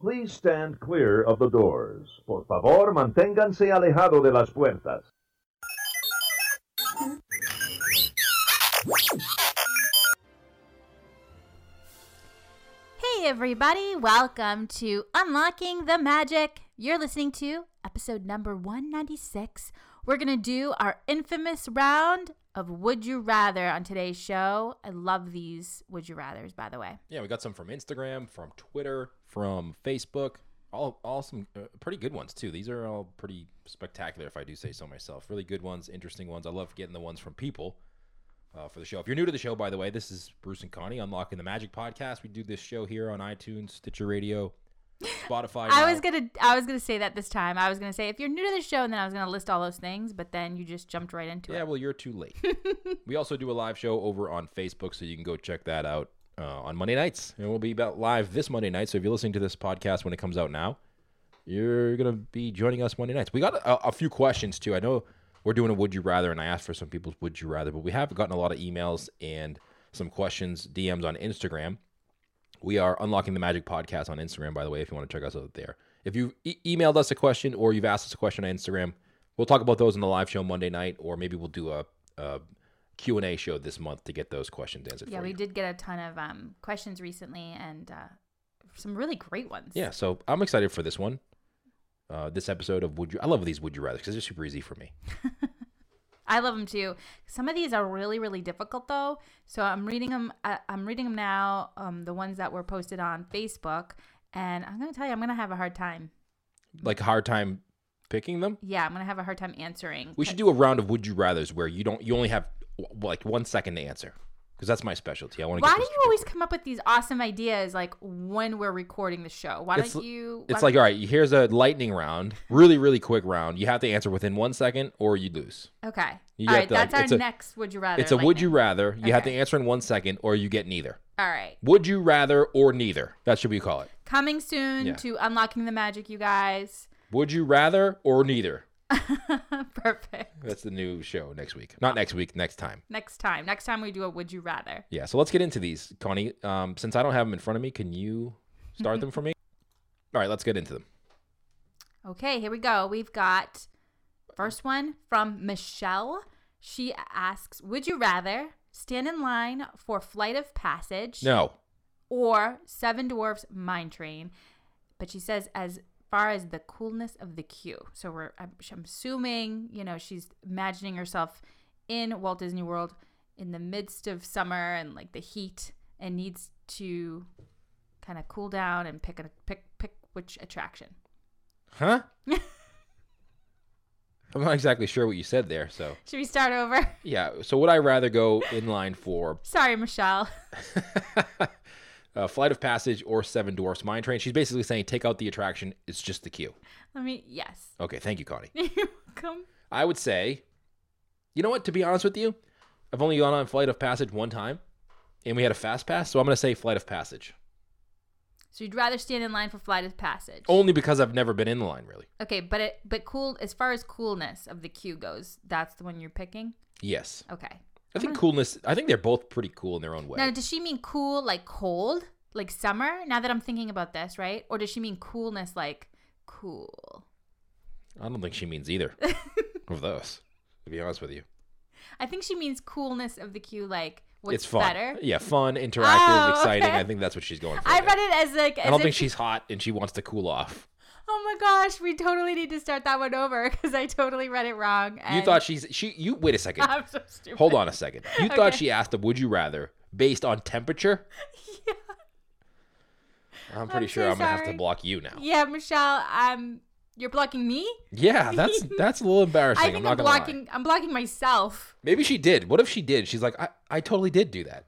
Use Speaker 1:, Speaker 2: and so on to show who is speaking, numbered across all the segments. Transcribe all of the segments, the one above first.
Speaker 1: Please stand clear of the doors. Por favor, manténganse alejado de las puertas.
Speaker 2: Hey, everybody, welcome to Unlocking the Magic. You're listening to episode number 196. We're going to do our infamous round of Would You Rather on today's show. I love these Would You Rathers, by the way.
Speaker 3: Yeah, we got some from Instagram, from Twitter, from Facebook. All, all some uh, pretty good ones too. These are all pretty spectacular, if I do say so myself. Really good ones, interesting ones. I love getting the ones from people uh, for the show. If you're new to the show, by the way, this is Bruce and Connie Unlocking the Magic podcast. We do this show here on iTunes, Stitcher Radio, Spotify.
Speaker 2: I
Speaker 3: now.
Speaker 2: was gonna, I was gonna say that this time. I was gonna say if you're new to the show, and then I was gonna list all those things, but then you just jumped right into
Speaker 3: Yeah,
Speaker 2: it.
Speaker 3: well, you're too late. we also do a live show over on Facebook, so you can go check that out uh, on Monday nights, and we'll be about live this Monday night. So if you're listening to this podcast when it comes out now, you're gonna be joining us Monday nights. We got a, a few questions too. I know we're doing a Would You Rather, and I asked for some people's Would You Rather, but we have gotten a lot of emails and some questions, DMs on Instagram. We are unlocking the magic podcast on Instagram, by the way. If you want to check us out there, if you e- emailed us a question or you've asked us a question on Instagram, we'll talk about those in the live show Monday night, or maybe we'll do a, a Q and A show this month to get those questions answered.
Speaker 2: Yeah,
Speaker 3: for
Speaker 2: we
Speaker 3: you.
Speaker 2: did get a ton of um, questions recently, and uh, some really great ones.
Speaker 3: Yeah, so I'm excited for this one. Uh, this episode of Would You? I love these Would You Rather because they're super easy for me.
Speaker 2: I love them too. Some of these are really, really difficult though. So I'm reading them. I, I'm reading them now. Um, the ones that were posted on Facebook, and I'm gonna tell you, I'm gonna have a hard time.
Speaker 3: Like hard time picking them.
Speaker 2: Yeah, I'm gonna have a hard time answering.
Speaker 3: We should do a round of Would You Rather's where you don't you only have w- like one second to answer because that's my specialty. I want to.
Speaker 2: Why do you always come up with these awesome ideas like when we're recording the show? Why
Speaker 3: It's
Speaker 2: don't
Speaker 3: l-
Speaker 2: you?
Speaker 3: It's
Speaker 2: why-
Speaker 3: like, all right, here's a lightning round, really, really quick round. You have to answer within one second or you lose.
Speaker 2: okay,
Speaker 3: you
Speaker 2: all
Speaker 3: have
Speaker 2: right,
Speaker 3: to, like,
Speaker 2: that's our
Speaker 3: it's a-
Speaker 2: next. Would you rather?
Speaker 3: it's a would you
Speaker 2: lightning.
Speaker 3: rather. You have to
Speaker 2: Okay.
Speaker 3: answer in one second or you get neither.
Speaker 2: All right,
Speaker 3: Would you rather or neither? That should we call it.
Speaker 2: coming soon
Speaker 3: Yeah.
Speaker 2: to unlocking the magic, you guys.
Speaker 3: Would you rather or neither?
Speaker 2: Perfect.
Speaker 3: That's the new show next week. Not next week, next time.
Speaker 2: Next time, next time we do a would you rather.
Speaker 3: Yeah, so let's get into these. Connie, um, since I don't have them in front of me, can you start them for me? All right, let's get into them.
Speaker 2: Okay, here we go. We've got first one from Michelle. She asks, "Would you rather stand in line for Flight of Passage
Speaker 3: No.
Speaker 2: or Seven Dwarfs Mine Train?" But she says, as far as the coolness of the queue. So we're, I'm, I'm assuming, you know, she's imagining herself in Walt Disney World in the midst of summer and like the heat, and needs to kind of cool down and pick a pick pick which attraction.
Speaker 3: Huh? I'm not exactly sure what you said there, so.
Speaker 2: Should we start over?
Speaker 3: Yeah, so would I rather go in line for
Speaker 2: Sorry, Michelle.
Speaker 3: uh, Flight of Passage or Seven Dwarfs Mine Train? She's basically saying take out the attraction, it's just the queue.
Speaker 2: Let me. Yes.
Speaker 3: Okay, thank you, Connie.
Speaker 2: You're welcome.
Speaker 3: I would say, you know what, to be honest with you, I've only gone on Flight of Passage one time, and we had a fast pass, so I'm going to say Flight of Passage.
Speaker 2: So you'd rather stand in line for Flight of Passage?
Speaker 3: Only because I've never been in the line, really.
Speaker 2: Okay, but it but cool as far as coolness of the queue goes, that's the one you're picking.
Speaker 3: Yes.
Speaker 2: Okay.
Speaker 3: I think
Speaker 2: gonna-
Speaker 3: coolness, I think they're both pretty cool in their own way.
Speaker 2: Now, does she mean cool like cold, like summer? Now that I'm thinking about this, right? Or does she mean coolness like cool?
Speaker 3: I don't think she means either of those, to be honest with you.
Speaker 2: I think she means coolness of the queue, like what's
Speaker 3: it's fun.
Speaker 2: better.
Speaker 3: Yeah, fun, interactive,
Speaker 2: Oh,
Speaker 3: exciting.
Speaker 2: okay.
Speaker 3: I think that's what she's going for.
Speaker 2: I
Speaker 3: there.
Speaker 2: read it as like. As
Speaker 3: I don't
Speaker 2: if
Speaker 3: think
Speaker 2: she-
Speaker 3: she's hot and she wants to cool off.
Speaker 2: Oh my gosh, we totally need to start that one over because I totally read it wrong. And
Speaker 3: You thought she's she you wait a second.
Speaker 2: I'm so stupid.
Speaker 3: Hold on a second. You thought
Speaker 2: Okay.
Speaker 3: she asked the would you rather based on temperature? Yeah. I'm pretty
Speaker 2: I'm
Speaker 3: sure
Speaker 2: so
Speaker 3: I'm gonna have to
Speaker 2: sorry.
Speaker 3: block you now.
Speaker 2: Yeah, Michelle, um, you're blocking me.
Speaker 3: Yeah, that's that's a little embarrassing.
Speaker 2: I
Speaker 3: I'm
Speaker 2: think
Speaker 3: not
Speaker 2: I'm
Speaker 3: gonna lie.
Speaker 2: blocking. I'm blocking myself.
Speaker 3: Maybe she did. What if she did? She's like, I, I totally did do that.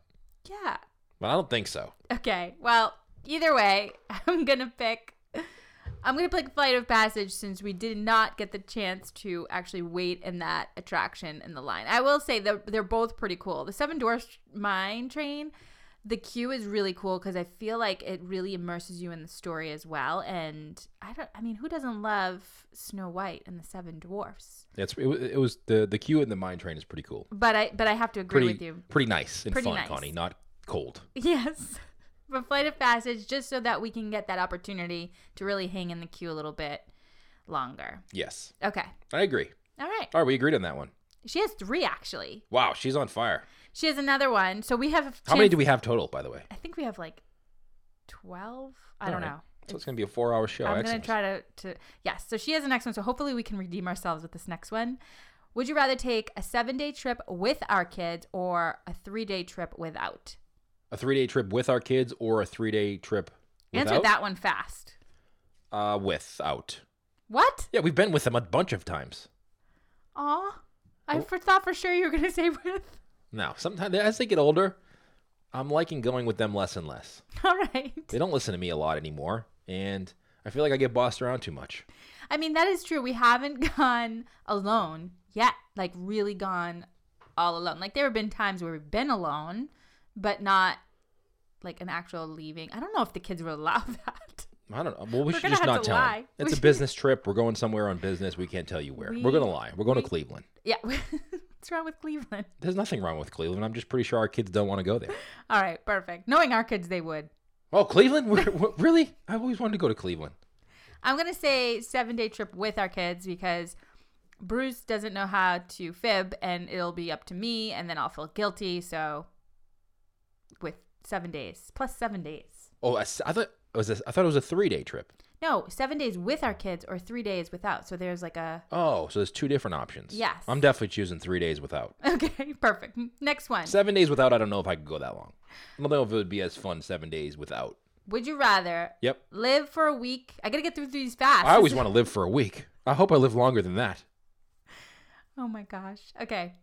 Speaker 2: Yeah.
Speaker 3: But I don't think so.
Speaker 2: Okay. Well, either way, I'm gonna pick. I'm gonna pick Flight of Passage since we did not get the chance to actually wait in that attraction in the line. I will say that they're both pretty cool. The Seven Dwarfs Mine Train, the queue is really cool because I feel like it really immerses you in the story as well. And I don't. I mean, who doesn't love Snow White and the Seven Dwarfs?
Speaker 3: It's it, wa- it was the the queue in the mine train is pretty cool.
Speaker 2: But I. But I have to agree
Speaker 3: Pretty
Speaker 2: with you.
Speaker 3: pretty nice and
Speaker 2: Pretty
Speaker 3: fun,
Speaker 2: nice.
Speaker 3: Connie. Not cold.
Speaker 2: Yes. from Flight of Passage just so that we can get that opportunity to really hang in the queue a little bit longer.
Speaker 3: Yes,
Speaker 2: Okay.
Speaker 3: I agree.
Speaker 2: All right.
Speaker 3: All right, we agreed on that one.
Speaker 2: She has three, actually.
Speaker 3: Wow, she's on fire.
Speaker 2: She has another one. So we have. a
Speaker 3: How many
Speaker 2: chance-
Speaker 3: do we have total, by the way?
Speaker 2: I think we have like 12. I
Speaker 3: All
Speaker 2: don't
Speaker 3: right.
Speaker 2: know.
Speaker 3: So it's going to be a four-hour show.
Speaker 2: I'm
Speaker 3: Excellent.
Speaker 2: gonna try to to yes. So she has the next one. So hopefully we can redeem ourselves with this next one. Would you rather take a seven day trip with our kids or a three day trip without?
Speaker 3: a three-day trip with our kids or a three-day trip without?
Speaker 2: Answer that one fast.
Speaker 3: Uh, without.
Speaker 2: What?
Speaker 3: Yeah, we've been with them a bunch of times.
Speaker 2: Aw. I for, thought for sure you were gonna say with.
Speaker 3: Now, sometimes as they get older, I'm liking going with them less and less.
Speaker 2: All right.
Speaker 3: They don't listen to me a lot anymore, and I feel like I get bossed around too much.
Speaker 2: I mean that is true. We haven't gone alone yet. Like really gone all alone. Like there have been times where we've been alone, but not like an actual leaving. I don't know if the kids would allow that.
Speaker 3: I don't know. Well,
Speaker 2: We're
Speaker 3: we should
Speaker 2: gonna
Speaker 3: just
Speaker 2: have
Speaker 3: not
Speaker 2: to
Speaker 3: tell
Speaker 2: lie.
Speaker 3: them.
Speaker 2: We
Speaker 3: It's a
Speaker 2: should-
Speaker 3: business trip. We're going somewhere on business. We can't tell you where.
Speaker 2: We-
Speaker 3: We're gonna lie. We're going
Speaker 2: we-
Speaker 3: to Cleveland.
Speaker 2: Yeah. What's wrong with Cleveland?
Speaker 3: There's nothing wrong with Cleveland. I'm just pretty sure our kids don't want to go there.
Speaker 2: All right, perfect. Knowing our kids, they would.
Speaker 3: Oh, Cleveland? We're, we really? I've always wanted to go to Cleveland.
Speaker 2: I'm going to say seven day trip with our kids because Bruce doesn't know how to fib and it'll be up to me and then I'll feel guilty. So, with seven days, plus seven days.
Speaker 3: Oh, I, s- I thought it was. A, I thought it was a three day trip.
Speaker 2: No, seven days with our kids or three days without. So, there's like a.
Speaker 3: Oh, so there's two different options.
Speaker 2: Yes.
Speaker 3: I'm definitely choosing three days without.
Speaker 2: Okay, perfect. Next one.
Speaker 3: Seven days without, I don't know if I could go that long. I don't know if it would be as fun seven days without.
Speaker 2: Would you rather
Speaker 3: Yep.
Speaker 2: live for a week? I got to get through these fast.
Speaker 3: I always want to live for a week. I hope I live longer than that.
Speaker 2: Oh my gosh. Okay.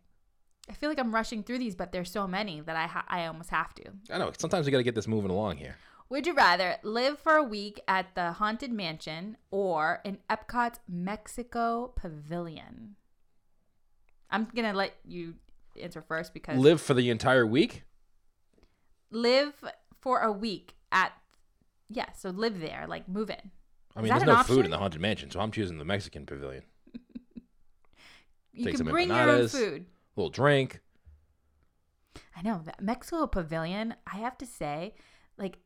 Speaker 2: I feel like I'm rushing through these, but there's so many that I ha- I almost have to.
Speaker 3: I know. Sometimes we got to get this moving along here.
Speaker 2: Would you rather live for a week at the Haunted Mansion or in Epcot's Mexico Pavilion? I'm going to let you answer first because live-,
Speaker 3: Live for the entire week?
Speaker 2: for a week at yeah, so live there, like move in.
Speaker 3: I
Speaker 2: Is
Speaker 3: mean,
Speaker 2: that
Speaker 3: there's
Speaker 2: an
Speaker 3: no food
Speaker 2: option?
Speaker 3: in the Haunted Mansion, so I'm choosing the Mexican pavilion.
Speaker 2: You
Speaker 3: Take
Speaker 2: can
Speaker 3: some
Speaker 2: bring your own
Speaker 3: empanadas.
Speaker 2: food.
Speaker 3: little drink.
Speaker 2: I know that Mexico Pavilion. I have to say, like,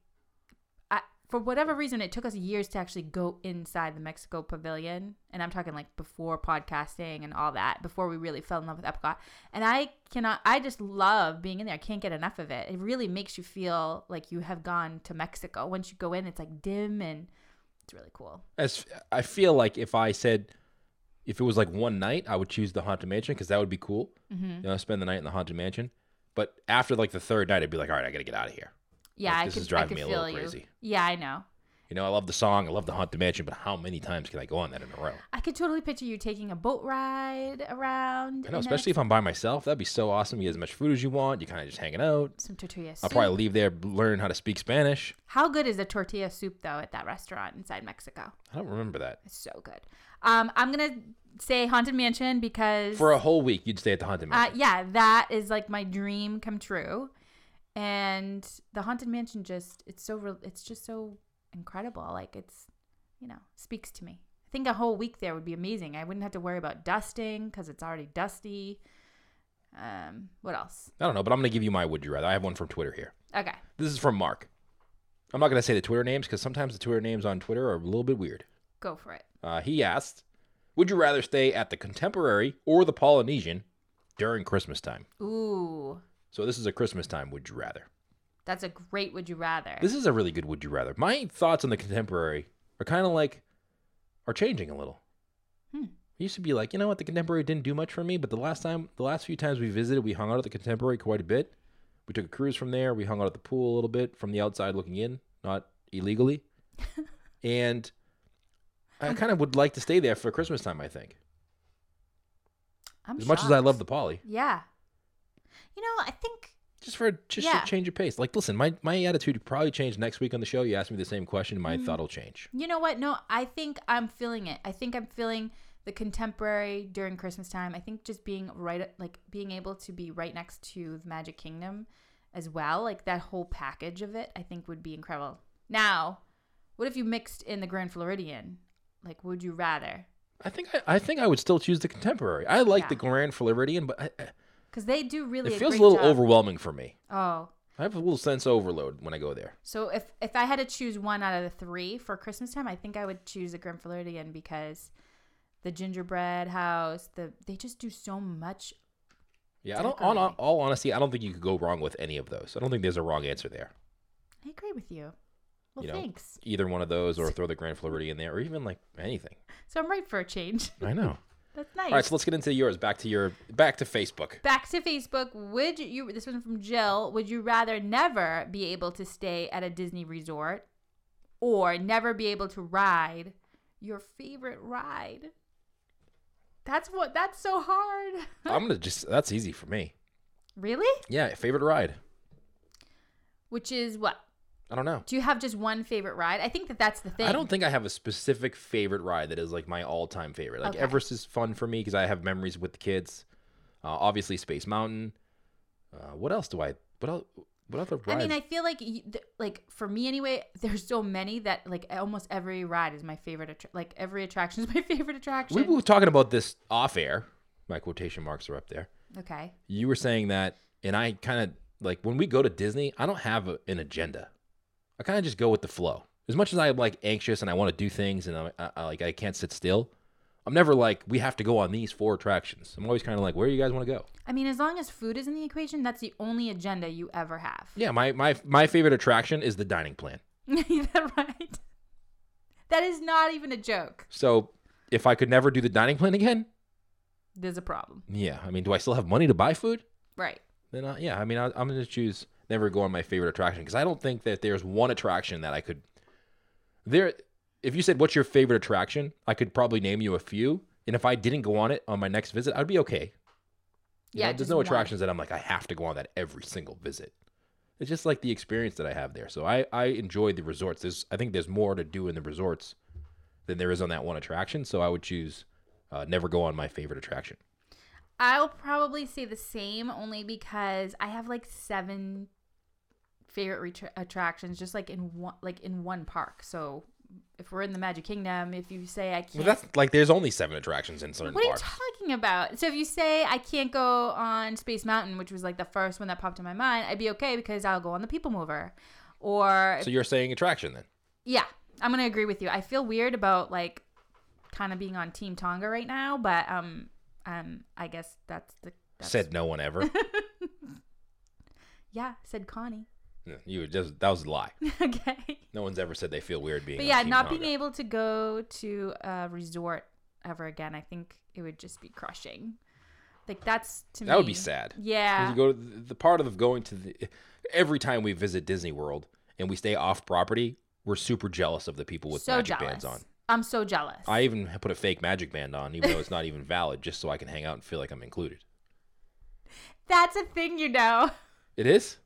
Speaker 2: I, for whatever reason, it took us years to actually go inside the Mexico Pavilion, and I'm talking like before podcasting and all that, before we really fell in love with Epcot. And I cannot. I just love being in there. I can't get enough of it. It really makes you feel like you have gone to Mexico. Once you go in, it's like dim and it's really cool.
Speaker 3: As I feel like if I said, if it was like one night, I would choose the Haunted Mansion because that would be cool.
Speaker 2: Mm-hmm.
Speaker 3: You know, spend the night in the Haunted Mansion. But after like the third night, I'd be like, all right, I got to get out of here.
Speaker 2: Yeah,
Speaker 3: Like,
Speaker 2: I
Speaker 3: this
Speaker 2: could,
Speaker 3: is driving
Speaker 2: I could
Speaker 3: me a
Speaker 2: feel
Speaker 3: little
Speaker 2: you.
Speaker 3: crazy.
Speaker 2: Yeah, I know.
Speaker 3: You know, I love the song, I love the Haunted Mansion, but how many times can I go on that in a row?
Speaker 2: I could totally picture you taking a boat ride around.
Speaker 3: I know,
Speaker 2: in there.
Speaker 3: especially if I'm by myself, that'd be so awesome. You get as much food as you want. You're kind of just hanging out.
Speaker 2: some tortilla
Speaker 3: I'll
Speaker 2: soup.
Speaker 3: probably leave there, learn how to speak Spanish.
Speaker 2: How good is a tortilla soup though at that restaurant inside Mexico?
Speaker 3: I don't remember that.
Speaker 2: It's so good. Um, I'm gonna say Haunted Mansion because
Speaker 3: For a whole week, you'd stay at the Haunted
Speaker 2: uh,
Speaker 3: Mansion.
Speaker 2: yeah, that is like my dream come true, and the Haunted Mansion just it's so re- it's just so incredible. Like it's you know speaks to me. I think a whole week there would be amazing. I wouldn't have to worry about dusting because it's already dusty. Um, what else?
Speaker 3: I don't know, but I'm going to give you my would you rather. I have one from Twitter here.
Speaker 2: Okay,
Speaker 3: This is from Mark. I'm not going to say the Twitter names because sometimes the Twitter names on Twitter are a little bit weird.
Speaker 2: go for it.
Speaker 3: Uh, he asked, Would you rather stay at the Contemporary or the Polynesian during Christmas time?
Speaker 2: Ooh,
Speaker 3: So this is a Christmas time would you rather.
Speaker 2: that's a great. Would you rather?
Speaker 3: This is a really good would you rather. My thoughts on the contemporary are kind of like are changing a little.
Speaker 2: Hmm.
Speaker 3: I used to be like, you know what, the contemporary didn't do much for me, but the last time, the last few times we visited, we hung out at the contemporary quite a bit. We took a cruise from there. We hung out at the pool a little bit from the outside looking in, not illegally. and I kind of would like to stay there for Christmas time. I think
Speaker 2: I'm
Speaker 3: as much as I
Speaker 2: shocked.
Speaker 3: love the Poly,
Speaker 2: Yeah. You know, I think
Speaker 3: just for just
Speaker 2: Yeah.
Speaker 3: a change of pace. Like, listen, my my attitude probably changed next week on the show. You ask me the same question,
Speaker 2: Mm-hmm.
Speaker 3: my thought will change.
Speaker 2: you know what? No, I think I'm feeling it. I think I'm feeling the contemporary during Christmas time. I think just being right like being able to be right next to the Magic Kingdom as well, like that whole package of it, I think would be incredible. Now, what if you mixed in the Grand Floridian? Like would you rather?
Speaker 3: I think I, I think I would still choose the contemporary. I like the
Speaker 2: Yeah.
Speaker 3: Grand Floridian, but I, I-
Speaker 2: Cuz they do really
Speaker 3: it
Speaker 2: a
Speaker 3: feels a
Speaker 2: great
Speaker 3: little
Speaker 2: job.
Speaker 3: overwhelming for me.
Speaker 2: Oh.
Speaker 3: I have a little sense of overload when I go there.
Speaker 2: So if if I had to choose one out of the three for Christmas time, I think I would choose the Grenfellerian because the gingerbread house, the they just do so much.
Speaker 3: Yeah, I don't. On, on
Speaker 2: Definitely. all
Speaker 3: all honesty, I don't think you could go wrong with any of those. I don't think there's a wrong answer there.
Speaker 2: I agree with you. Well,
Speaker 3: You know.
Speaker 2: thanks.
Speaker 3: Either one of those, or throw the Grand Floridian in there, or even like anything.
Speaker 2: So I'm right for a change.
Speaker 3: I know.
Speaker 2: That's nice.
Speaker 3: All right, so let's get into yours. Back to your back to Facebook.
Speaker 2: Back to Facebook. Would you? This one from Jill. Would you rather never be able to stay at a Disney resort, or never be able to ride your favorite ride? That's what. That's so hard.
Speaker 3: I'm gonna just that's easy for me.
Speaker 2: really?
Speaker 3: Yeah, favorite ride.
Speaker 2: Which is what?
Speaker 3: I don't know.
Speaker 2: Do you have just one favorite ride? I think that that's the thing.
Speaker 3: I don't think I have a specific favorite ride that is like my all-time favorite. Like
Speaker 2: Okay.
Speaker 3: Everest is fun for me because I have memories with the kids. Uh, obviously, Space Mountain. Uh, what else do I? What else? What other
Speaker 2: I
Speaker 3: rides?
Speaker 2: mean, I feel like, you, th- like for me anyway, there's so many that like almost every ride is my favorite. Attra- like every attraction is my favorite attraction.
Speaker 3: we were talking about this off air. My quotation marks are up there.
Speaker 2: okay.
Speaker 3: You were saying that, and I kind of like when we go to Disney. I don't have a, an agenda. I kind of just go with the flow. As much as I'm like anxious and I want to do things and I, I, I like I can't sit still. I'm never like we have to go on these four attractions. I'm always kind of like, where do you guys want to go?
Speaker 2: I mean, as long as food is in the equation, that's the only agenda you ever have.
Speaker 3: Yeah, my my my favorite attraction is the dining plan.
Speaker 2: Is that right? That is not even a joke.
Speaker 3: So if I could never do the dining plan again,
Speaker 2: There's a problem.
Speaker 3: yeah, I mean, do I still have money to buy food?
Speaker 2: Right.
Speaker 3: Then I, yeah, I mean, I, I'm gonna choose never go on my favorite attraction because I don't think that there's one attraction that I could. There, if you said what's your favorite attraction, I could probably name you a few. And if I didn't go on it on my next visit, I'd be okay. You
Speaker 2: Yeah.
Speaker 3: know, there's
Speaker 2: just
Speaker 3: no
Speaker 2: one.
Speaker 3: attractions that I'm like I have to go on that every single visit. It's just like the experience that I have there. So I I enjoy the resorts. There's I think there's more to do in the resorts than there is on that one attraction. So I would choose uh, never go on my favorite attraction.
Speaker 2: I'll probably say the same only because I have like seven favorite retra- attractions just like in one like in one park. So if we're in the Magic Kingdom, if you say I
Speaker 3: Well,
Speaker 2: can't
Speaker 3: that's like there's only seven attractions in certain
Speaker 2: What are you
Speaker 3: parks.
Speaker 2: talking about? So if you say I can't go on Space Mountain, which was like the first one that popped in my mind, I'd be okay because I'll go on the People Mover. Or
Speaker 3: so you're saying attraction then?
Speaker 2: yeah, I'm gonna agree with you. I feel weird about like kind of being on Team Tonga right now, but um um I guess that's the that's,
Speaker 3: Said no one ever.
Speaker 2: yeah said Connie.
Speaker 3: Yeah, you were just that was a lie.
Speaker 2: okay.
Speaker 3: No one's ever said they feel weird being.
Speaker 2: But
Speaker 3: on
Speaker 2: yeah,
Speaker 3: Team
Speaker 2: not
Speaker 3: Tonga.
Speaker 2: being able to go to a resort ever again, I think it would just be crushing. Like that's to me.
Speaker 3: That would be sad. 'Cause
Speaker 2: Yeah.
Speaker 3: You go to the, the part of going to the every time we visit Disney World and we stay off property, we're super jealous of the people with
Speaker 2: so
Speaker 3: magic
Speaker 2: jealous.
Speaker 3: bands on.
Speaker 2: I'm so jealous.
Speaker 3: I even put a fake magic band on, even though it's not even valid, just so I can hang out and feel like I'm included.
Speaker 2: that's a thing, you know.
Speaker 3: It is.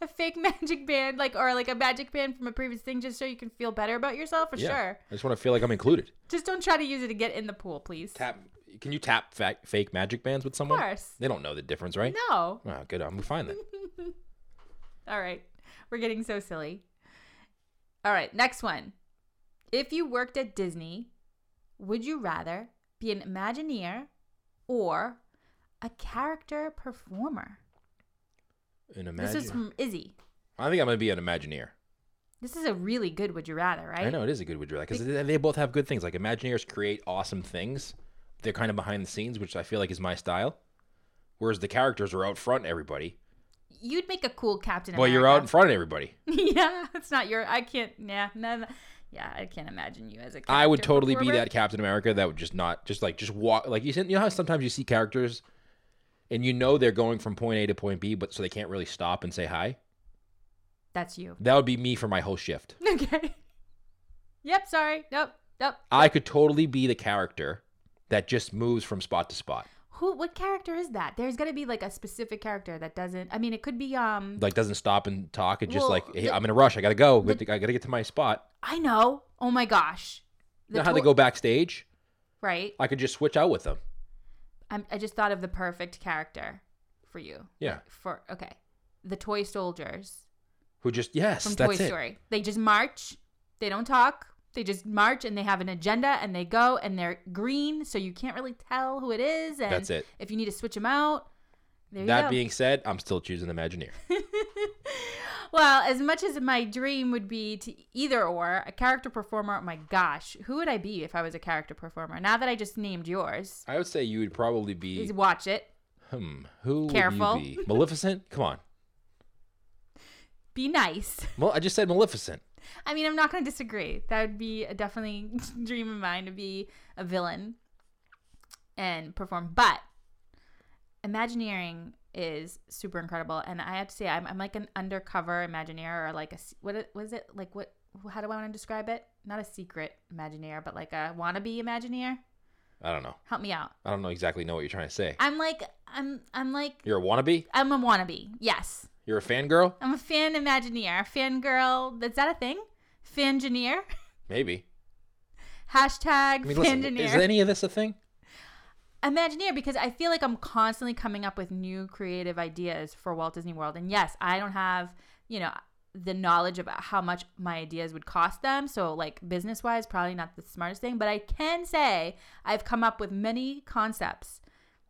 Speaker 2: A fake magic band, like or like a magic band from a previous thing, just so you can feel better about yourself. For
Speaker 3: yeah.
Speaker 2: sure.
Speaker 3: I just want to feel like I'm included.
Speaker 2: Just don't try to use it to get in the pool, please.
Speaker 3: Tap. Can you tap fa- fake magic bands with someone?
Speaker 2: course.
Speaker 3: They don't know the difference, right?
Speaker 2: No.
Speaker 3: Oh, good. I'm fine then.
Speaker 2: All right. We're getting so silly. All right, next one. If you worked at Disney, would you rather be an Imagineer or a character performer?
Speaker 3: An
Speaker 2: This is
Speaker 3: imagine.
Speaker 2: from Izzy.
Speaker 3: I think I'm gonna be an Imagineer.
Speaker 2: This is a really good would you rather, right?
Speaker 3: I know it is a good would you rather because they they both have good things. Like Imagineers create awesome things. They're kind of behind the scenes, which I feel like is my style. Whereas the characters are out front, everybody.
Speaker 2: You'd make a cool Captain
Speaker 3: Well, you're out
Speaker 2: America.
Speaker 3: in front of everybody.
Speaker 2: yeah, it's not your I can't yeah, no, no. yeah, I can't imagine you as a character
Speaker 3: I would totally be
Speaker 2: performer.
Speaker 3: that Captain America that would just not just like just walk like you said. You know how sometimes you see characters, and you know they're going from point A to point B, but so they can't really stop and say hi.
Speaker 2: That's you.
Speaker 3: That would be me for my whole shift.
Speaker 2: Okay. Yep, sorry. Nope. Nope.
Speaker 3: I could totally be the character that just moves from spot to spot,
Speaker 2: Who? What character is that? There's got to be like a specific character that doesn't. I mean, it could be. Um,
Speaker 3: like doesn't stop and talk. and just
Speaker 2: Well,
Speaker 3: like hey,
Speaker 2: the-
Speaker 3: I'm in a rush. I gotta go. I gotta get to my spot.
Speaker 2: I know. Oh my gosh.
Speaker 3: You know how they
Speaker 2: to-
Speaker 3: go backstage?
Speaker 2: Right.
Speaker 3: I could just switch out with them.
Speaker 2: I'm, I just thought of the perfect character for you.
Speaker 3: Yeah.
Speaker 2: For okay, the toy soldiers
Speaker 3: Who just yes,
Speaker 2: from
Speaker 3: that's
Speaker 2: Toy
Speaker 3: it.
Speaker 2: Story. They just march. They don't talk. They just march and they have an agenda and they go and they're green, so you can't really tell who it is. And
Speaker 3: That's it.
Speaker 2: If you need to switch them out, there you
Speaker 3: That
Speaker 2: go.
Speaker 3: being said, I'm still choosing Imagineer.
Speaker 2: Well, as much as my dream would be to either or a character performer, my gosh, who would I be if I was a character performer? Now that I just named yours,
Speaker 3: I would say you would probably be.
Speaker 2: is watch it.
Speaker 3: Hmm, who
Speaker 2: Careful.
Speaker 3: would you be? Maleficent? Come on.
Speaker 2: Be nice.
Speaker 3: Well, I just said Maleficent.
Speaker 2: I mean, I'm not going to disagree. That would be a definitely dream of mine to be a villain and perform. But Imagineering is super incredible, and I have to say, I'm, I'm like an undercover Imagineer or like a s- what it- was it like? What how do I want to describe it? Not a secret Imagineer, but like a wannabe Imagineer.
Speaker 3: I don't know.
Speaker 2: Help me out.
Speaker 3: I don't know exactly know what you're trying to say.
Speaker 2: I'm like I'm I'm like
Speaker 3: You're a wannabe?
Speaker 2: I'm a wannabe. Yes,
Speaker 3: You're a fangirl?
Speaker 2: I'm a fan Imagineer, fangirl. Is that a thing? Fangineer.
Speaker 3: Maybe.
Speaker 2: Hashtag
Speaker 3: I mean, listen, is
Speaker 2: fangineer.
Speaker 3: any of this a thing?
Speaker 2: Imagineer because I feel like I'm constantly coming up with new creative ideas for Walt Disney World. And yes, I don't have, you know, the knowledge about how much my ideas would cost them. So, like, business wise, probably not the smartest thing. But I can say I've come up with many concepts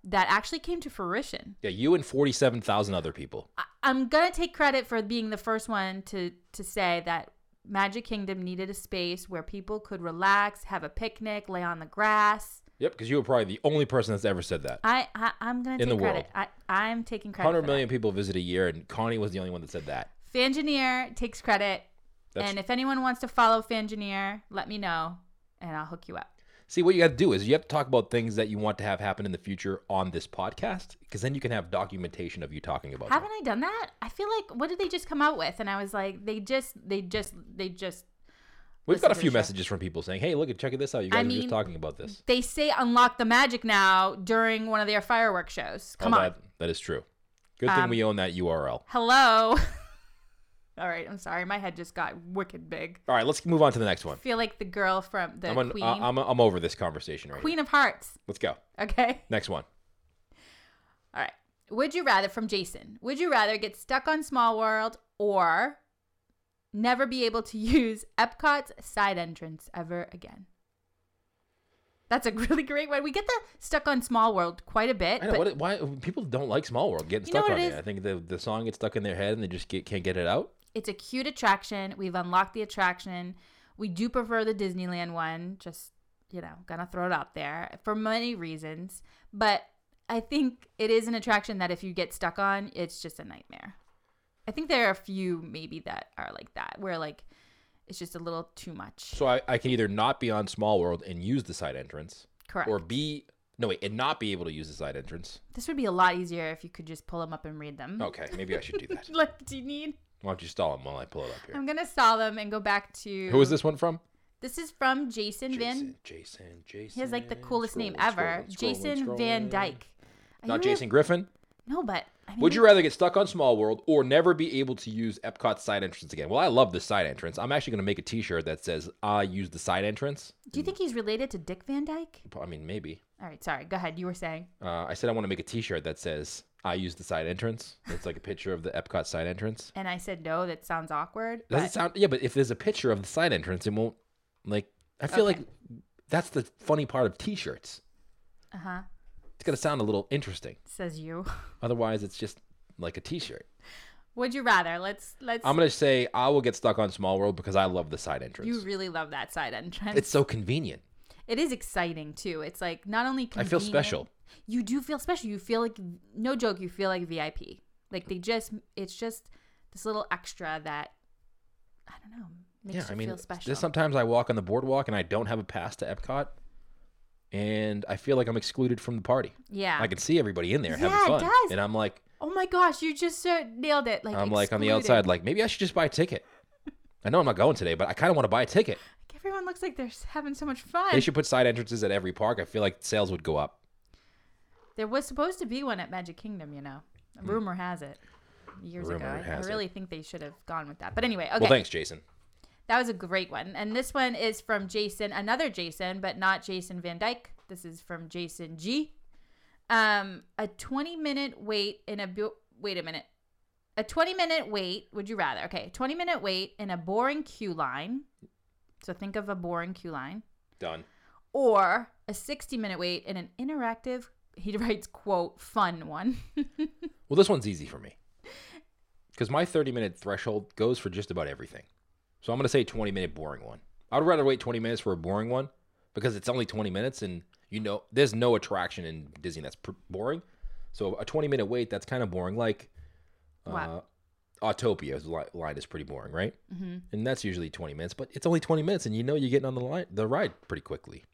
Speaker 2: that actually came to fruition.
Speaker 3: Yeah, you and 47,000 other people.
Speaker 2: I- I'm gonna take credit for being the first one to to say that Magic Kingdom needed a space where people could relax, have a picnic, lay on the grass.
Speaker 3: Yep, because you were probably the only person that's ever said that.
Speaker 2: I, I I'm gonna take
Speaker 3: In the
Speaker 2: credit.
Speaker 3: world.
Speaker 2: I I'm taking credit.
Speaker 3: 100
Speaker 2: for
Speaker 3: million people visit a year, and Connie was the only one that said that.
Speaker 2: that. Fangineer takes credit,
Speaker 3: That's,
Speaker 2: and if anyone wants to follow Fangineer, let me know, and I'll hook you up.
Speaker 3: see, what you got to do is you have to talk about things that you want to have happen in the future on this podcast, because then you can have documentation of you talking about them.
Speaker 2: Haven't I done that? I feel like what did they just come out with? And I was like, they just, they just, they just.
Speaker 3: We've got a
Speaker 2: listened to
Speaker 3: few
Speaker 2: the show.
Speaker 3: messages from people saying, hey, look, at check this out. You
Speaker 2: I
Speaker 3: guys were
Speaker 2: mean,
Speaker 3: just talking about this.
Speaker 2: They say unlock the magic now during one of their fireworks shows. Come
Speaker 3: Oh,
Speaker 2: on,
Speaker 3: That, that is true. Good thing
Speaker 2: Um,
Speaker 3: we own that URL.
Speaker 2: hello. All right, I'm sorry, my head just got wicked big.
Speaker 3: All right, let's move on to the next
Speaker 2: I
Speaker 3: one.
Speaker 2: feel like the girl from the
Speaker 3: I'm, on,
Speaker 2: Queen,
Speaker 3: uh, I'm, I'm over this conversation right
Speaker 2: Queen of Hearts.
Speaker 3: now. Let's go.
Speaker 2: Okay.
Speaker 3: Next one.
Speaker 2: All right. Would you rather from Jason? Would you rather get stuck on Small World or never be able to use Epcot's side entrance ever again? That's a really great one. We get the stuck on Small World quite a bit,
Speaker 3: I know,
Speaker 2: but
Speaker 3: what, why people don't like Small World getting
Speaker 2: You know
Speaker 3: stuck
Speaker 2: what
Speaker 3: on
Speaker 2: it
Speaker 3: it.
Speaker 2: is?
Speaker 3: I think the the song gets stuck in their head and they just get, can't get it out.
Speaker 2: it's a cute attraction. We've unlocked the attraction. We do prefer the Disneyland one, just, you know, gonna throw it out there for many reasons. But I think it is an attraction that if you get stuck on, it's just a nightmare. I think there are a few maybe that are like that, where like it's just a little too much.
Speaker 3: So I, I can either not be on Small World and use the side entrance,
Speaker 2: Correct.
Speaker 3: or be no wait and not be able to use the side entrance.
Speaker 2: this would be a lot easier if you could just pull them up and read them.
Speaker 3: Okay, maybe I should do that.
Speaker 2: Like, do you need?
Speaker 3: Why don't you stall him while I pull it up here?
Speaker 2: I'm gonna stall them and go back to.
Speaker 3: Who is this one from?
Speaker 2: This is from Jason, Vin.
Speaker 3: Jason. Jason. Jason.
Speaker 2: He has like the coolest name
Speaker 3: Scrolling,
Speaker 2: ever,
Speaker 3: scrolling,
Speaker 2: Jason
Speaker 3: scrolling,
Speaker 2: Van
Speaker 3: scrolling.
Speaker 2: Dyke. Are
Speaker 3: Not
Speaker 2: you really-
Speaker 3: Jason Griffin.
Speaker 2: No, but I mean,
Speaker 3: Would you rather get stuck on Small World or never be able to use Epcot's side entrance again? Well, I love the side entrance. I'm actually going to make a T-shirt that says "I use the side entrance."
Speaker 2: do you think he's related to Dick Van Dyke?
Speaker 3: I mean, maybe.
Speaker 2: All right, sorry. Go ahead. You were saying.
Speaker 3: Uh, I said I want to make a T-shirt that says "I use the side entrance." It's like a picture of the Epcot side entrance.
Speaker 2: And I said no. That sounds awkward.
Speaker 3: Does
Speaker 2: but-
Speaker 3: it sound? Yeah, but if there's a picture of the side entrance, it won't. Like, I feel
Speaker 2: Okay.
Speaker 3: like that's the funny part of T-shirts.
Speaker 2: Uh huh.
Speaker 3: It's gonna sound a little interesting.
Speaker 2: Says you.
Speaker 3: Otherwise, it's just like a T-shirt.
Speaker 2: Would you rather? Let's let's.
Speaker 3: I'm gonna say I will get stuck on Small World because I love the side entrance.
Speaker 2: you really love that side entrance.
Speaker 3: it's so convenient.
Speaker 2: it is exciting too. It's like not only
Speaker 3: I feel
Speaker 2: convenient-
Speaker 3: special.
Speaker 2: You do feel special. You feel like no joke. You feel like VIP. Like they just. It's just this little extra that I don't know makes
Speaker 3: yeah,
Speaker 2: you
Speaker 3: I mean,
Speaker 2: feel
Speaker 3: there's
Speaker 2: special.
Speaker 3: sometimes I walk on the boardwalk and I don't have a pass to Epcot, and I feel like I'm excluded from the party.
Speaker 2: yeah.
Speaker 3: I can see everybody in there
Speaker 2: Yeah, it
Speaker 3: having fun,
Speaker 2: does.
Speaker 3: and I'm like,
Speaker 2: oh my gosh, you just so nailed it. Like
Speaker 3: I'm like on the
Speaker 2: excluded.
Speaker 3: outside, like maybe I should just buy a ticket. I know I'm not going today, but I kind of want to buy a ticket.
Speaker 2: Like, everyone looks like they're s- having so much fun.
Speaker 3: They should put side entrances at every park. I feel like sales would go up.
Speaker 2: There was supposed to be one at Magic Kingdom, you know. Rumor has it. Years ago.
Speaker 3: Hmm. Rumor
Speaker 2: I-
Speaker 3: has
Speaker 2: I
Speaker 3: it.
Speaker 2: really think they should have gone with that. But anyway, okay.
Speaker 3: Well, thanks, Jason.
Speaker 2: that was a great one. And this one is from Jason, another Jason, but not Jason Van Dyke. This is from Jason G. Um, a 20 minute wait in a. Bu- wait a minute. A 20 minute wait, would you rather? Okay, 20 minute wait in a boring queue line. So think of a boring queue line.
Speaker 3: Done.
Speaker 2: or a 60 minute wait in an interactive he writes quote fun one
Speaker 3: Well, this one's easy for me. because my 30 minute threshold goes for just about everything. So I'm going to say 20 minute boring one. I'd rather wait 20 minutes for a boring one because it's only 20 minutes and you know there's no attraction in Disney that's pr- boring. So a 20 minute wait that's kind of boring. Like uh,
Speaker 2: Wow.
Speaker 3: Autopia's li- line is pretty boring, right?
Speaker 2: hmm
Speaker 3: And that's usually 20 minutes, but it's only 20 minutes and you know you're getting on the line the ride pretty quickly.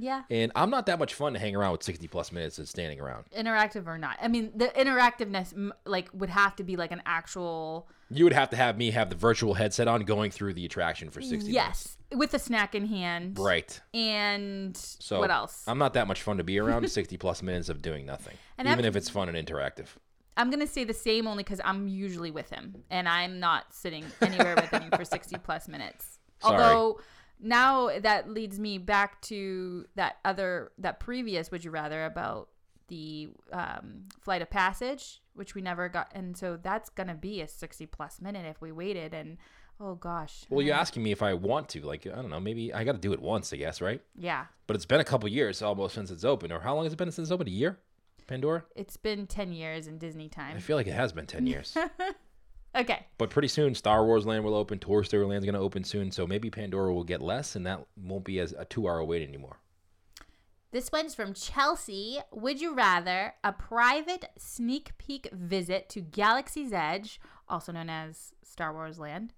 Speaker 2: Yeah.
Speaker 3: And I'm not that much fun to hang around with 60 plus minutes of standing around.
Speaker 2: Interactive or not. I mean, the interactiveness m- like would have to be like an actual
Speaker 3: You would have to have me have the virtual headset on going through the attraction for 60 minutes.
Speaker 2: yes, with a snack in hand.
Speaker 3: Right.
Speaker 2: And
Speaker 3: So
Speaker 2: what else? I'm,
Speaker 3: I'm not that much fun to be around. Sixty plus minutes of doing nothing,
Speaker 2: And
Speaker 3: even
Speaker 2: I'm-
Speaker 3: if it's fun and interactive.
Speaker 2: gonna say the same only because I'm usually with him, and I'm not sitting anywhere with him for 60 plus minutes.
Speaker 3: Sorry.
Speaker 2: Although now that leads me back to that other that previous would you rather about the um, flight of passage which we never got and so that's gonna be a 60 plus minute if we waited and oh gosh
Speaker 3: Well, you're asking me if I want to. Like, I don't know. Maybe I got to do it once, I guess, right?
Speaker 2: yeah
Speaker 3: But it's been a couple years almost since it's open. Or how long has it been since it's open? A year? Pandora?
Speaker 2: It's been 10 years in Disney
Speaker 3: I
Speaker 2: time.
Speaker 3: feel like it has been ten years.
Speaker 2: Okay.
Speaker 3: but pretty soon, Star Wars Land will open. Toy Story Land's going to open soon, so maybe Pandora will get less, and that won't be as a two-hour wait anymore.
Speaker 2: This one's from Chelsea. Would you rather a private sneak peek visit to Galaxy's Edge, also known as Star Wars Land,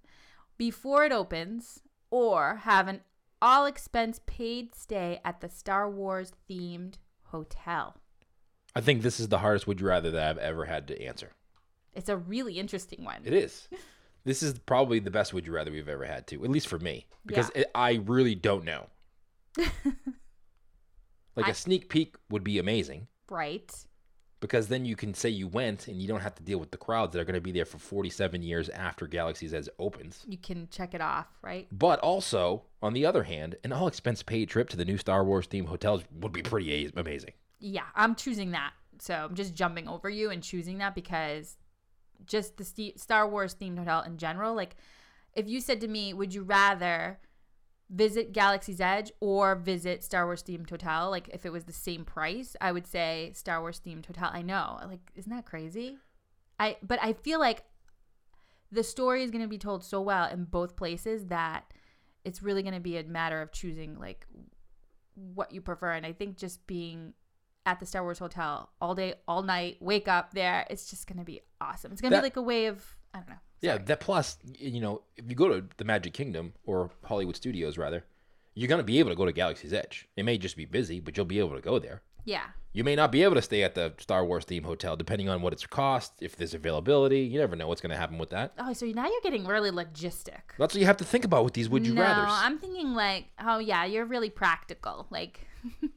Speaker 2: before it opens, or have an all expense paid stay at the Star Wars themed hotel?
Speaker 3: I think this is the hardest "Would you rather" that I've ever had to answer.
Speaker 2: It's a really interesting one.
Speaker 3: It is. This is probably the best would you rather we've ever had to, at least for me, because
Speaker 2: Yeah.
Speaker 3: it, I really don't know. like a
Speaker 2: I-
Speaker 3: sneak peek would be amazing
Speaker 2: Right.
Speaker 3: because then you can say you went and you don't have to deal with the crowds that are going to be there for 47 years after Galaxy's Edge opens.
Speaker 2: You can check it off, right?
Speaker 3: But also, on the other hand, an all expense paid trip to the new Star Wars themed hotels would be pretty a- amazing.
Speaker 2: yeah, I'm choosing that. So I'm just jumping over you and choosing that because just the ste Star Wars themed hotel in general. Like, if you said to me, would you rather visit Galaxy's Edge or visit Star Wars themed hotel? Like, if it was the same price, I would say Star Wars themed hotel. I know, like, isn't that crazy? I but I feel like the story is going to be told so well in both places that it's really going to be a matter of choosing like what you prefer. And I think just being at the Star Wars hotel all day, all night, wake up there, it's just going to be awesome. It's going to
Speaker 3: That-
Speaker 2: be like a way of I don't know.
Speaker 3: Yeah, that plus, y- you know, if you go to the Magic Kingdom or Hollywood Studios, rather, you're going to be able to go to Galaxy's Edge. It may just be busy, but you'll be able to go there.
Speaker 2: Yeah,
Speaker 3: You may not be able to stay at the Star Wars theme hotel, depending on what it's cost, if there's availability. You never know what's going to happen with that.
Speaker 2: Oh, so now you're getting really logistic.
Speaker 3: That's what you have to think about with these would you
Speaker 2: no,
Speaker 3: rather's.
Speaker 2: I'm thinking like, oh yeah, you're really practical. Like,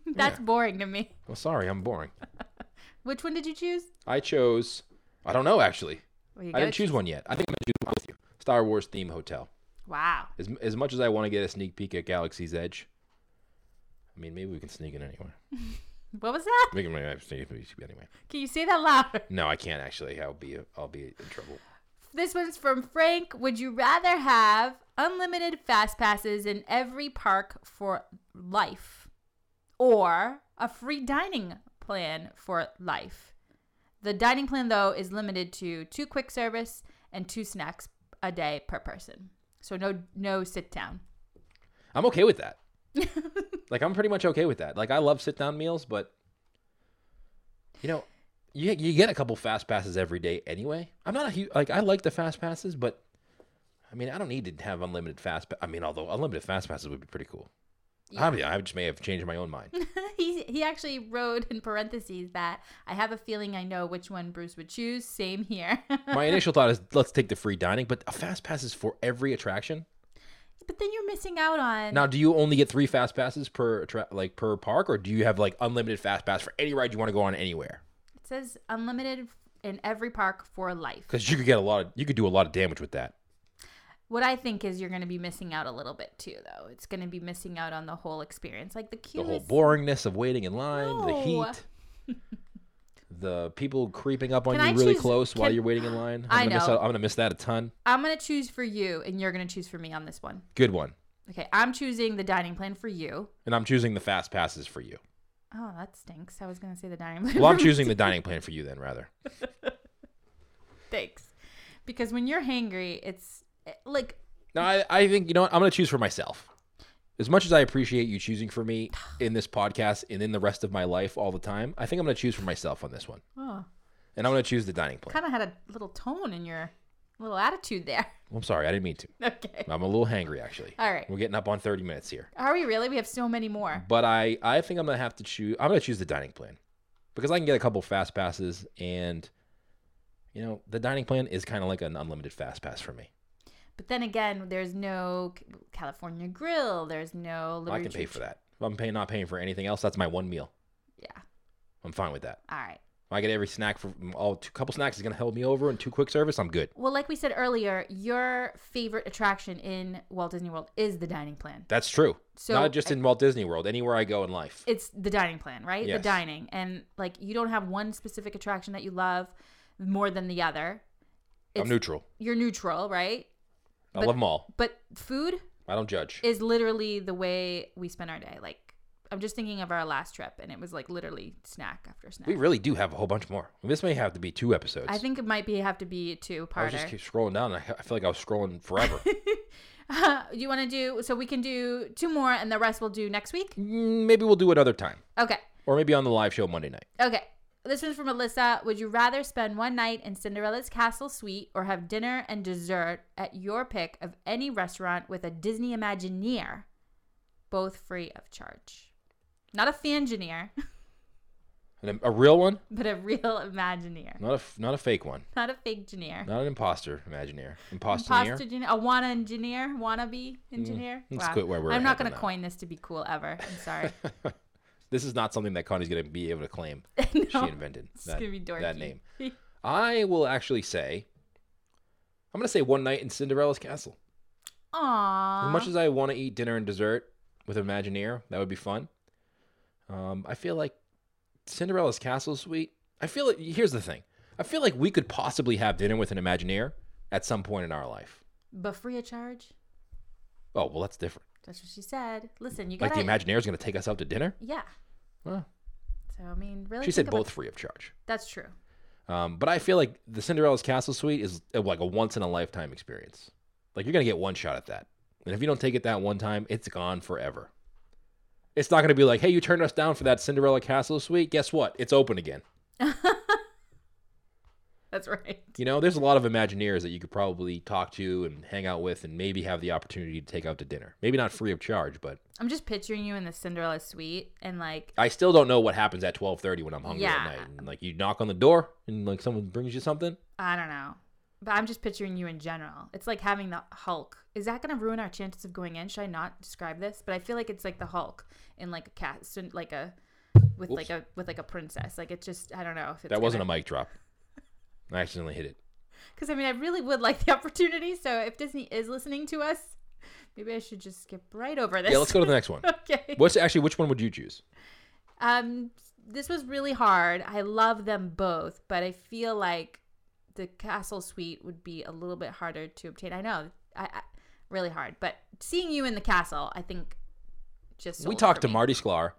Speaker 2: that's boring to me.
Speaker 3: Well, sorry, I'm boring.
Speaker 2: Which one did you choose?
Speaker 3: I chose. I don't know actually.
Speaker 2: Well, you
Speaker 3: I
Speaker 2: gotta
Speaker 3: didn't choose one yet. I think I'm gonna choose one with you. Star Wars theme hotel.
Speaker 2: Wow.
Speaker 3: As as much as I want to get a sneak peek at Galaxy's Edge. I mean, maybe we can sneak it anywhere.
Speaker 2: What was that?
Speaker 3: We can we can sneak it anyway.
Speaker 2: Can you say that louder?
Speaker 3: No, I can't actually. I'll be I'll be in trouble.
Speaker 2: This one's from Frank. Would you rather have unlimited fast passes in every park for life or a free dining plan for life? The dining plan, though, is limited to two quick service and two snacks a day per person. So no no sit down.
Speaker 3: I'm okay with that. like I'm pretty much okay with that. Like I love sit down meals, but you know, you you get a couple fast passes every day anyway. I'm not a huge like I like the fast passes, but I mean I don't need to have unlimited fast. Pa- I mean, although unlimited fast passes would be pretty cool. I, mean, I just may have changed my own mind.
Speaker 2: he he actually wrote in parentheses that I have a feeling I know which one Bruce would choose. Same here.
Speaker 3: my initial thought is let's take the free dining, but a fast pass is for every attraction.
Speaker 2: but then you're missing out on
Speaker 3: Now, do you only get three fast passes per attra- like per park, or do you have like unlimited fast pass for any ride you want to go on anywhere?
Speaker 2: It says unlimited in every park for life.
Speaker 3: Because you could get a lot of you could do a lot of damage with that.
Speaker 2: What I think is you're going to be missing out a little bit too, though. It's going to be missing out on the whole experience, like the
Speaker 3: the
Speaker 2: queue.
Speaker 3: whole
Speaker 2: is-
Speaker 3: boringness of waiting in line, the
Speaker 2: No.
Speaker 3: heat, the people creeping up on
Speaker 2: Can
Speaker 3: you
Speaker 2: I
Speaker 3: really
Speaker 2: choose-
Speaker 3: close while
Speaker 2: can-
Speaker 3: you're waiting in line.
Speaker 2: I
Speaker 3: I'm gonna miss
Speaker 2: know.
Speaker 3: out- I'm gonna miss that a ton.
Speaker 2: I'm going to choose for you, and you're going to choose for me on this one.
Speaker 3: Good one.
Speaker 2: Okay, I'm choosing the dining plan for you.
Speaker 3: And I'm choosing the fast passes for you.
Speaker 2: Oh, that stinks. I was going to say the dining plan.
Speaker 3: Well, I'm
Speaker 2: for-
Speaker 3: choosing the dining plan for you then, rather.
Speaker 2: Thanks. because when you're hangry, it's eh, like
Speaker 3: No, I, I think you know what I'm going to choose for myself. As much as I appreciate you choosing for me in this podcast and in the rest of my life all the time, I think I'm going to choose for myself on this one,
Speaker 2: oh,
Speaker 3: and I'm going to choose the dining plan.
Speaker 2: kind of had a little tone in your little attitude there.
Speaker 3: I'm sorry, I didn't mean to.
Speaker 2: Okay.
Speaker 3: I'm a little hangry actually.
Speaker 2: All right.
Speaker 3: we're getting up on 30 minutes here,
Speaker 2: Are we really? We have so many more.
Speaker 3: but I I think I'm going to have to choose. I'm going to choose the dining plan because I can get a couple fast passes, and you know the dining plan is kind of like an unlimited fast pass for me.
Speaker 2: But then again, there's no C- California Grill. There's no.
Speaker 3: I can
Speaker 2: Liberty
Speaker 3: pay
Speaker 2: Tree-
Speaker 3: for that. If I'm paying, not paying for anything else, that's my one meal.
Speaker 2: Yeah.
Speaker 3: I'm fine with that.
Speaker 2: All right.
Speaker 3: If I get every snack for all two couple snacks is gonna help me over and two quick service. I'm good.
Speaker 2: Well, like we said earlier, your favorite attraction in Walt Disney World is the dining plan.
Speaker 3: That's true.
Speaker 2: So,
Speaker 3: not just in Walt Disney World. Anywhere I go in life,
Speaker 2: It's the dining plan, right?
Speaker 3: Yes.
Speaker 2: The dining. And like you don't have one specific attraction that you love more than the other.
Speaker 3: I'm neutral.
Speaker 2: You're neutral, right?
Speaker 3: I
Speaker 2: but-
Speaker 3: love them all.
Speaker 2: But food
Speaker 3: I don't judge.
Speaker 2: is literally the way we spend our day. Like I'm just thinking of our last trip and it was like literally snack after snack.
Speaker 3: we really do have a whole bunch more. This may have to be two episodes.
Speaker 2: I think it might be have to be a two
Speaker 3: I was
Speaker 2: parter.
Speaker 3: just keep scrolling down. And I, I feel like I was scrolling forever.
Speaker 2: do you want to do so we can do two more and the rest we'll do next week?
Speaker 3: Mm, maybe we'll do it other time,
Speaker 2: Okay.
Speaker 3: or maybe on the live show Monday night.
Speaker 2: Okay. This one's from Alyssa. Would you rather spend one night in Cinderella's castle suite or have dinner and dessert at your pick of any restaurant with a Disney Imagineer, both free of charge? Not a Fangineer,
Speaker 3: And a, a real one,
Speaker 2: but a real Imagineer.
Speaker 3: not a f- not a fake one,
Speaker 2: Not a fake Gineer.
Speaker 3: not an imposter, Imagineer, imposter. Mm,
Speaker 2: Imposter Gineer. A wanna engineer? Wannabe engineer?
Speaker 3: let's quit where we're
Speaker 2: I'm
Speaker 3: at
Speaker 2: not going
Speaker 3: on
Speaker 2: to
Speaker 3: that.
Speaker 2: coin this to be cool ever. I'm sorry.
Speaker 3: This is not something that Connie's gonna be able to claim. She
Speaker 2: no,
Speaker 3: invented
Speaker 2: it's
Speaker 3: that,
Speaker 2: going to be dorky.
Speaker 3: that name. I will actually say, I'm gonna say one night in Cinderella's castle.
Speaker 2: Aww.
Speaker 3: As much as I want to eat dinner and dessert with Imagineer, that would be fun. Um, I feel like Cinderella's castle suite. I feel like here's the thing. I feel like we could possibly have dinner with an Imagineer at some point in our life.
Speaker 2: but free of charge?
Speaker 3: Oh well, that's different.
Speaker 2: That's what she said. Listen, you got
Speaker 3: Like
Speaker 2: to
Speaker 3: the Imagineer is gonna take us out to dinner.
Speaker 2: Yeah.
Speaker 3: Well,
Speaker 2: So I mean, really,
Speaker 3: she said
Speaker 2: think about-
Speaker 3: both free of charge.
Speaker 2: That's true.
Speaker 3: Um, but I feel like the Cinderella's Castle Suite is uh, like a once in a lifetime experience. Like you're gonna get one shot at that, and if you don't take it that one time, it's gone forever. It's not gonna be like, hey, you turned us down for that Cinderella Castle Suite. Guess what? It's open again.
Speaker 2: That's right.
Speaker 3: You know, there's a lot of Imagineers that you could probably talk to and hang out with, and maybe have the opportunity to take out to dinner. Maybe not free of charge, but
Speaker 2: I'm just picturing you in the Cinderella suite and like,
Speaker 3: I still don't know what happens at 12:30 when I'm hungry
Speaker 2: Yeah.
Speaker 3: at night. And, like you knock on the door, and like someone brings you something.
Speaker 2: I don't know. But I'm just picturing you in general. It's like having the Hulk. Is that going to ruin our chances of going in? Should I not describe this? But I feel like it's like the Hulk in like a cat, so- like a with like a with like a princess. Like it's just I don't know if it's
Speaker 3: That wasn't a mic drop. I accidentally hit it.
Speaker 2: because I mean I really would like the opportunity. So if Disney is listening to us, maybe I should just skip right over this.
Speaker 3: Yeah, let's go to the next one.
Speaker 2: okay.
Speaker 3: What's actually which one would you choose?
Speaker 2: Um, this was really hard. I love them both, but I feel like the castle suite would be a little bit harder to obtain. I know, I, I really hard, but seeing you in the castle, I think just sold
Speaker 3: we
Speaker 2: it
Speaker 3: talked
Speaker 2: for
Speaker 3: to
Speaker 2: me.
Speaker 3: Marty Sklar,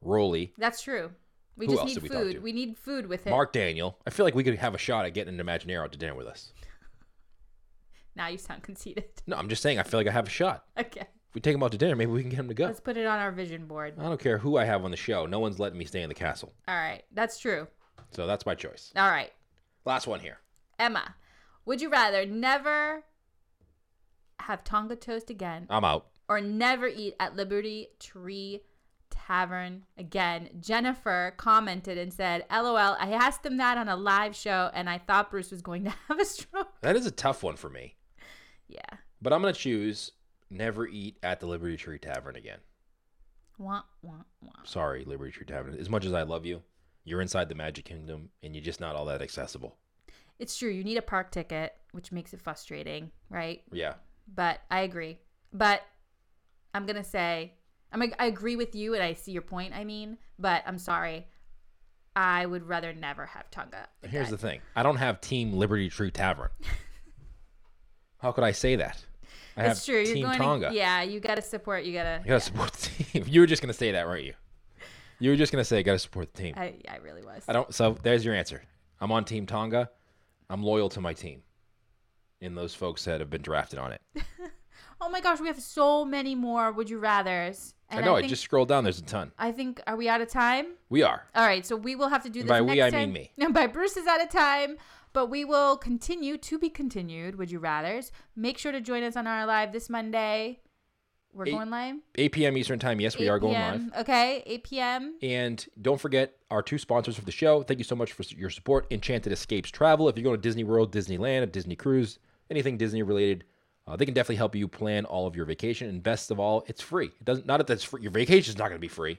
Speaker 3: Rolly,
Speaker 2: That's true. We
Speaker 3: Who
Speaker 2: just
Speaker 3: else
Speaker 2: need
Speaker 3: did we talk to?
Speaker 2: food. We need food with it.
Speaker 3: Mark Daniel. I feel like we could have a shot at getting an Imagineer out to dinner with us.
Speaker 2: Now you sound conceited.
Speaker 3: No, I'm just saying. I feel like I have a shot.
Speaker 2: Okay,
Speaker 3: If we take him out to dinner, maybe we can get him to go.
Speaker 2: let's put it on our vision board.
Speaker 3: I don't care who I have on the show. No one's letting me stay in the castle,
Speaker 2: All right, that's true.
Speaker 3: so that's my choice.
Speaker 2: All right,
Speaker 3: Last one here.
Speaker 2: Emma, would you rather never have Tonga toast again
Speaker 3: I'm out.
Speaker 2: or never eat at Liberty Tree Tavern again. Jennifer commented and said, LOL, I asked them that on a live show and I thought Bruce was going to have a stroke.
Speaker 3: That is a tough one for me,
Speaker 2: Yeah.
Speaker 3: but I'm gonna choose never eat at the Liberty Tree Tavern again.
Speaker 2: Wah, wah, wah.
Speaker 3: Sorry, Liberty Tree Tavern. As much as I love you, you're inside the Magic Kingdom, and you're just not all that accessible.
Speaker 2: It's true. You need a park ticket, which makes it frustrating, right?
Speaker 3: Yeah,
Speaker 2: But I agree. But I'm going to say, I'm, I agree with you and I see your point, I mean, but I'm sorry. I would rather never have Tonga.
Speaker 3: Here's the
Speaker 2: again.
Speaker 3: thing. I don't have Team Liberty Tree Tavern. How could I say that? I have
Speaker 2: It's true. You're
Speaker 3: Team
Speaker 2: going
Speaker 3: Tonga.
Speaker 2: To, yeah, you got to support. You got to.
Speaker 3: You gotta support the team. You were just gonna say that, weren't you? You were just gonna say gotta support the team. I,
Speaker 2: I, I really was.
Speaker 3: don't so there's your answer. I'm on Team Tonga. I'm loyal to my team. in those folks that have been drafted on it.
Speaker 2: Oh my gosh, we have so many more would you rather's. And
Speaker 3: I know. I,
Speaker 2: think,
Speaker 3: just scrolled down. There's a ton.
Speaker 2: I think are we out of time?
Speaker 3: We are.
Speaker 2: All right, so we will have to do this
Speaker 3: And
Speaker 2: next
Speaker 3: by we, I
Speaker 2: time.
Speaker 3: mean me.
Speaker 2: No, by Bruce is out of time, but we will continue to be continued. Would you rather's? Make sure to join us on our live this Monday. We're
Speaker 3: Eight-
Speaker 2: going live.
Speaker 3: 8 p.m. Eastern Time. Yes, we
Speaker 2: 8
Speaker 3: are going
Speaker 2: PM,
Speaker 3: live.
Speaker 2: Okay, 8 p.m.
Speaker 3: And don't forget our two sponsors for the show. Thank you so much for your support. Enchanted Escapes Travel. If you're going to Disney World, Disneyland, a Disney cruise, anything Disney related, uh, they can definitely help you plan all of your vacation. And best of all, it's free. It doesn't not that that's free. Your vacation is not going to be free,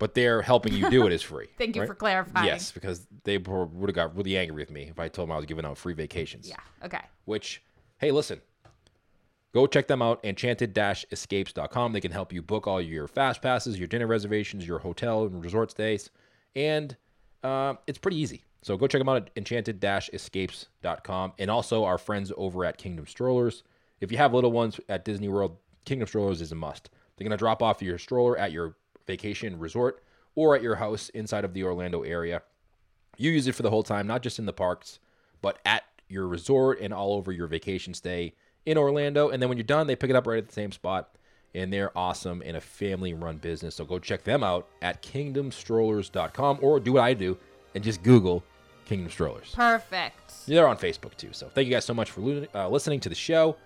Speaker 3: but they're helping you do it is free.
Speaker 2: Thank you
Speaker 3: right?
Speaker 2: for clarifying.
Speaker 3: Yes, because they would have got really angry with me if I told them I was giving out free vacations.
Speaker 2: Yeah. Okay.
Speaker 3: Which, hey, listen, go check them out, enchanted-escapes.com. They can help you book all your fast passes, your dinner reservations, your hotel and resort stays, and uh, it's pretty easy. So go check them out at enchanted-escapes.com. And also our friends over at Kingdom Strollers. If you have little ones at Disney World, Kingdom Strollers is a must. They're going to drop off your stroller at your vacation resort or at your house inside of the Orlando area. You use it for the whole time, not just in the parks, but at your resort and all over your vacation stay in Orlando. And then when you're done, they pick it up right at the same spot. And they're awesome and a family run business. So go check them out at kingdomstrollers.com or do what I do and just Google Kingdom Strollers.
Speaker 2: Perfect.
Speaker 3: They're on Facebook too. So thank you guys so much for lu- uh, listening to the show.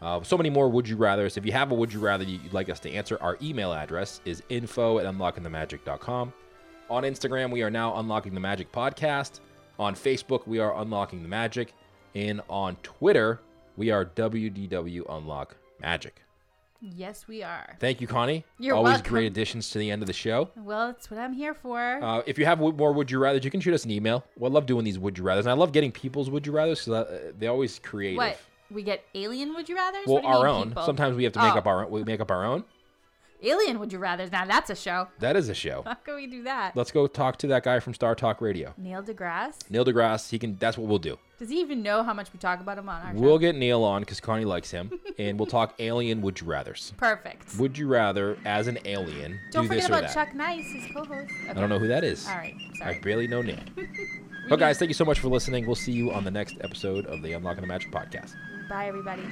Speaker 3: Uh, so many more would you rathers. If you have a would you rather you'd like us to answer, our email address is info at unlockingthemagic.com. On Instagram, we are now Unlocking the Magic Podcast. On Facebook, we are Unlocking the Magic. And on Twitter, we are WDW Unlock Magic.
Speaker 2: Yes, we are.
Speaker 3: Thank you, Connie.
Speaker 2: You're
Speaker 3: Always
Speaker 2: welcome.
Speaker 3: great additions to the end of the show.
Speaker 2: Well, that's what I'm here for.
Speaker 3: Uh, if you have w- more would you rathers, you can shoot us an email. Well, I love doing these would you rathers. And I love getting people's would you rathers because uh, they're always creative.
Speaker 2: what? We get alien would you Oh. rather?
Speaker 3: Well, our own. Sometimes we have to make up our own. We make up our own.
Speaker 2: alien would you rather. Now that's a show.
Speaker 3: That is a show.
Speaker 2: How can we do that?
Speaker 3: Let's go talk to that guy from Star Talk Radio,
Speaker 2: Neil deGrasse.
Speaker 3: Neil deGrasse. He can. That's what we'll do.
Speaker 2: Does he even know how much we talk about him on our
Speaker 3: We'll
Speaker 2: show?
Speaker 3: get Neil on because Connie likes him, and we'll talk alien would you rather's.
Speaker 2: Perfect.
Speaker 3: Would you rather, as an alien,
Speaker 2: Don't
Speaker 3: do
Speaker 2: forget
Speaker 3: this or
Speaker 2: about
Speaker 3: that?
Speaker 2: Chuck Nice, his co-host. Okay.
Speaker 3: I don't know who that is.
Speaker 2: All right. Sorry.
Speaker 3: I barely know Neil. but guys, thank you so much for listening. We'll see you on the next episode of the Unlocking the Magic podcast.
Speaker 2: Bye, everybody.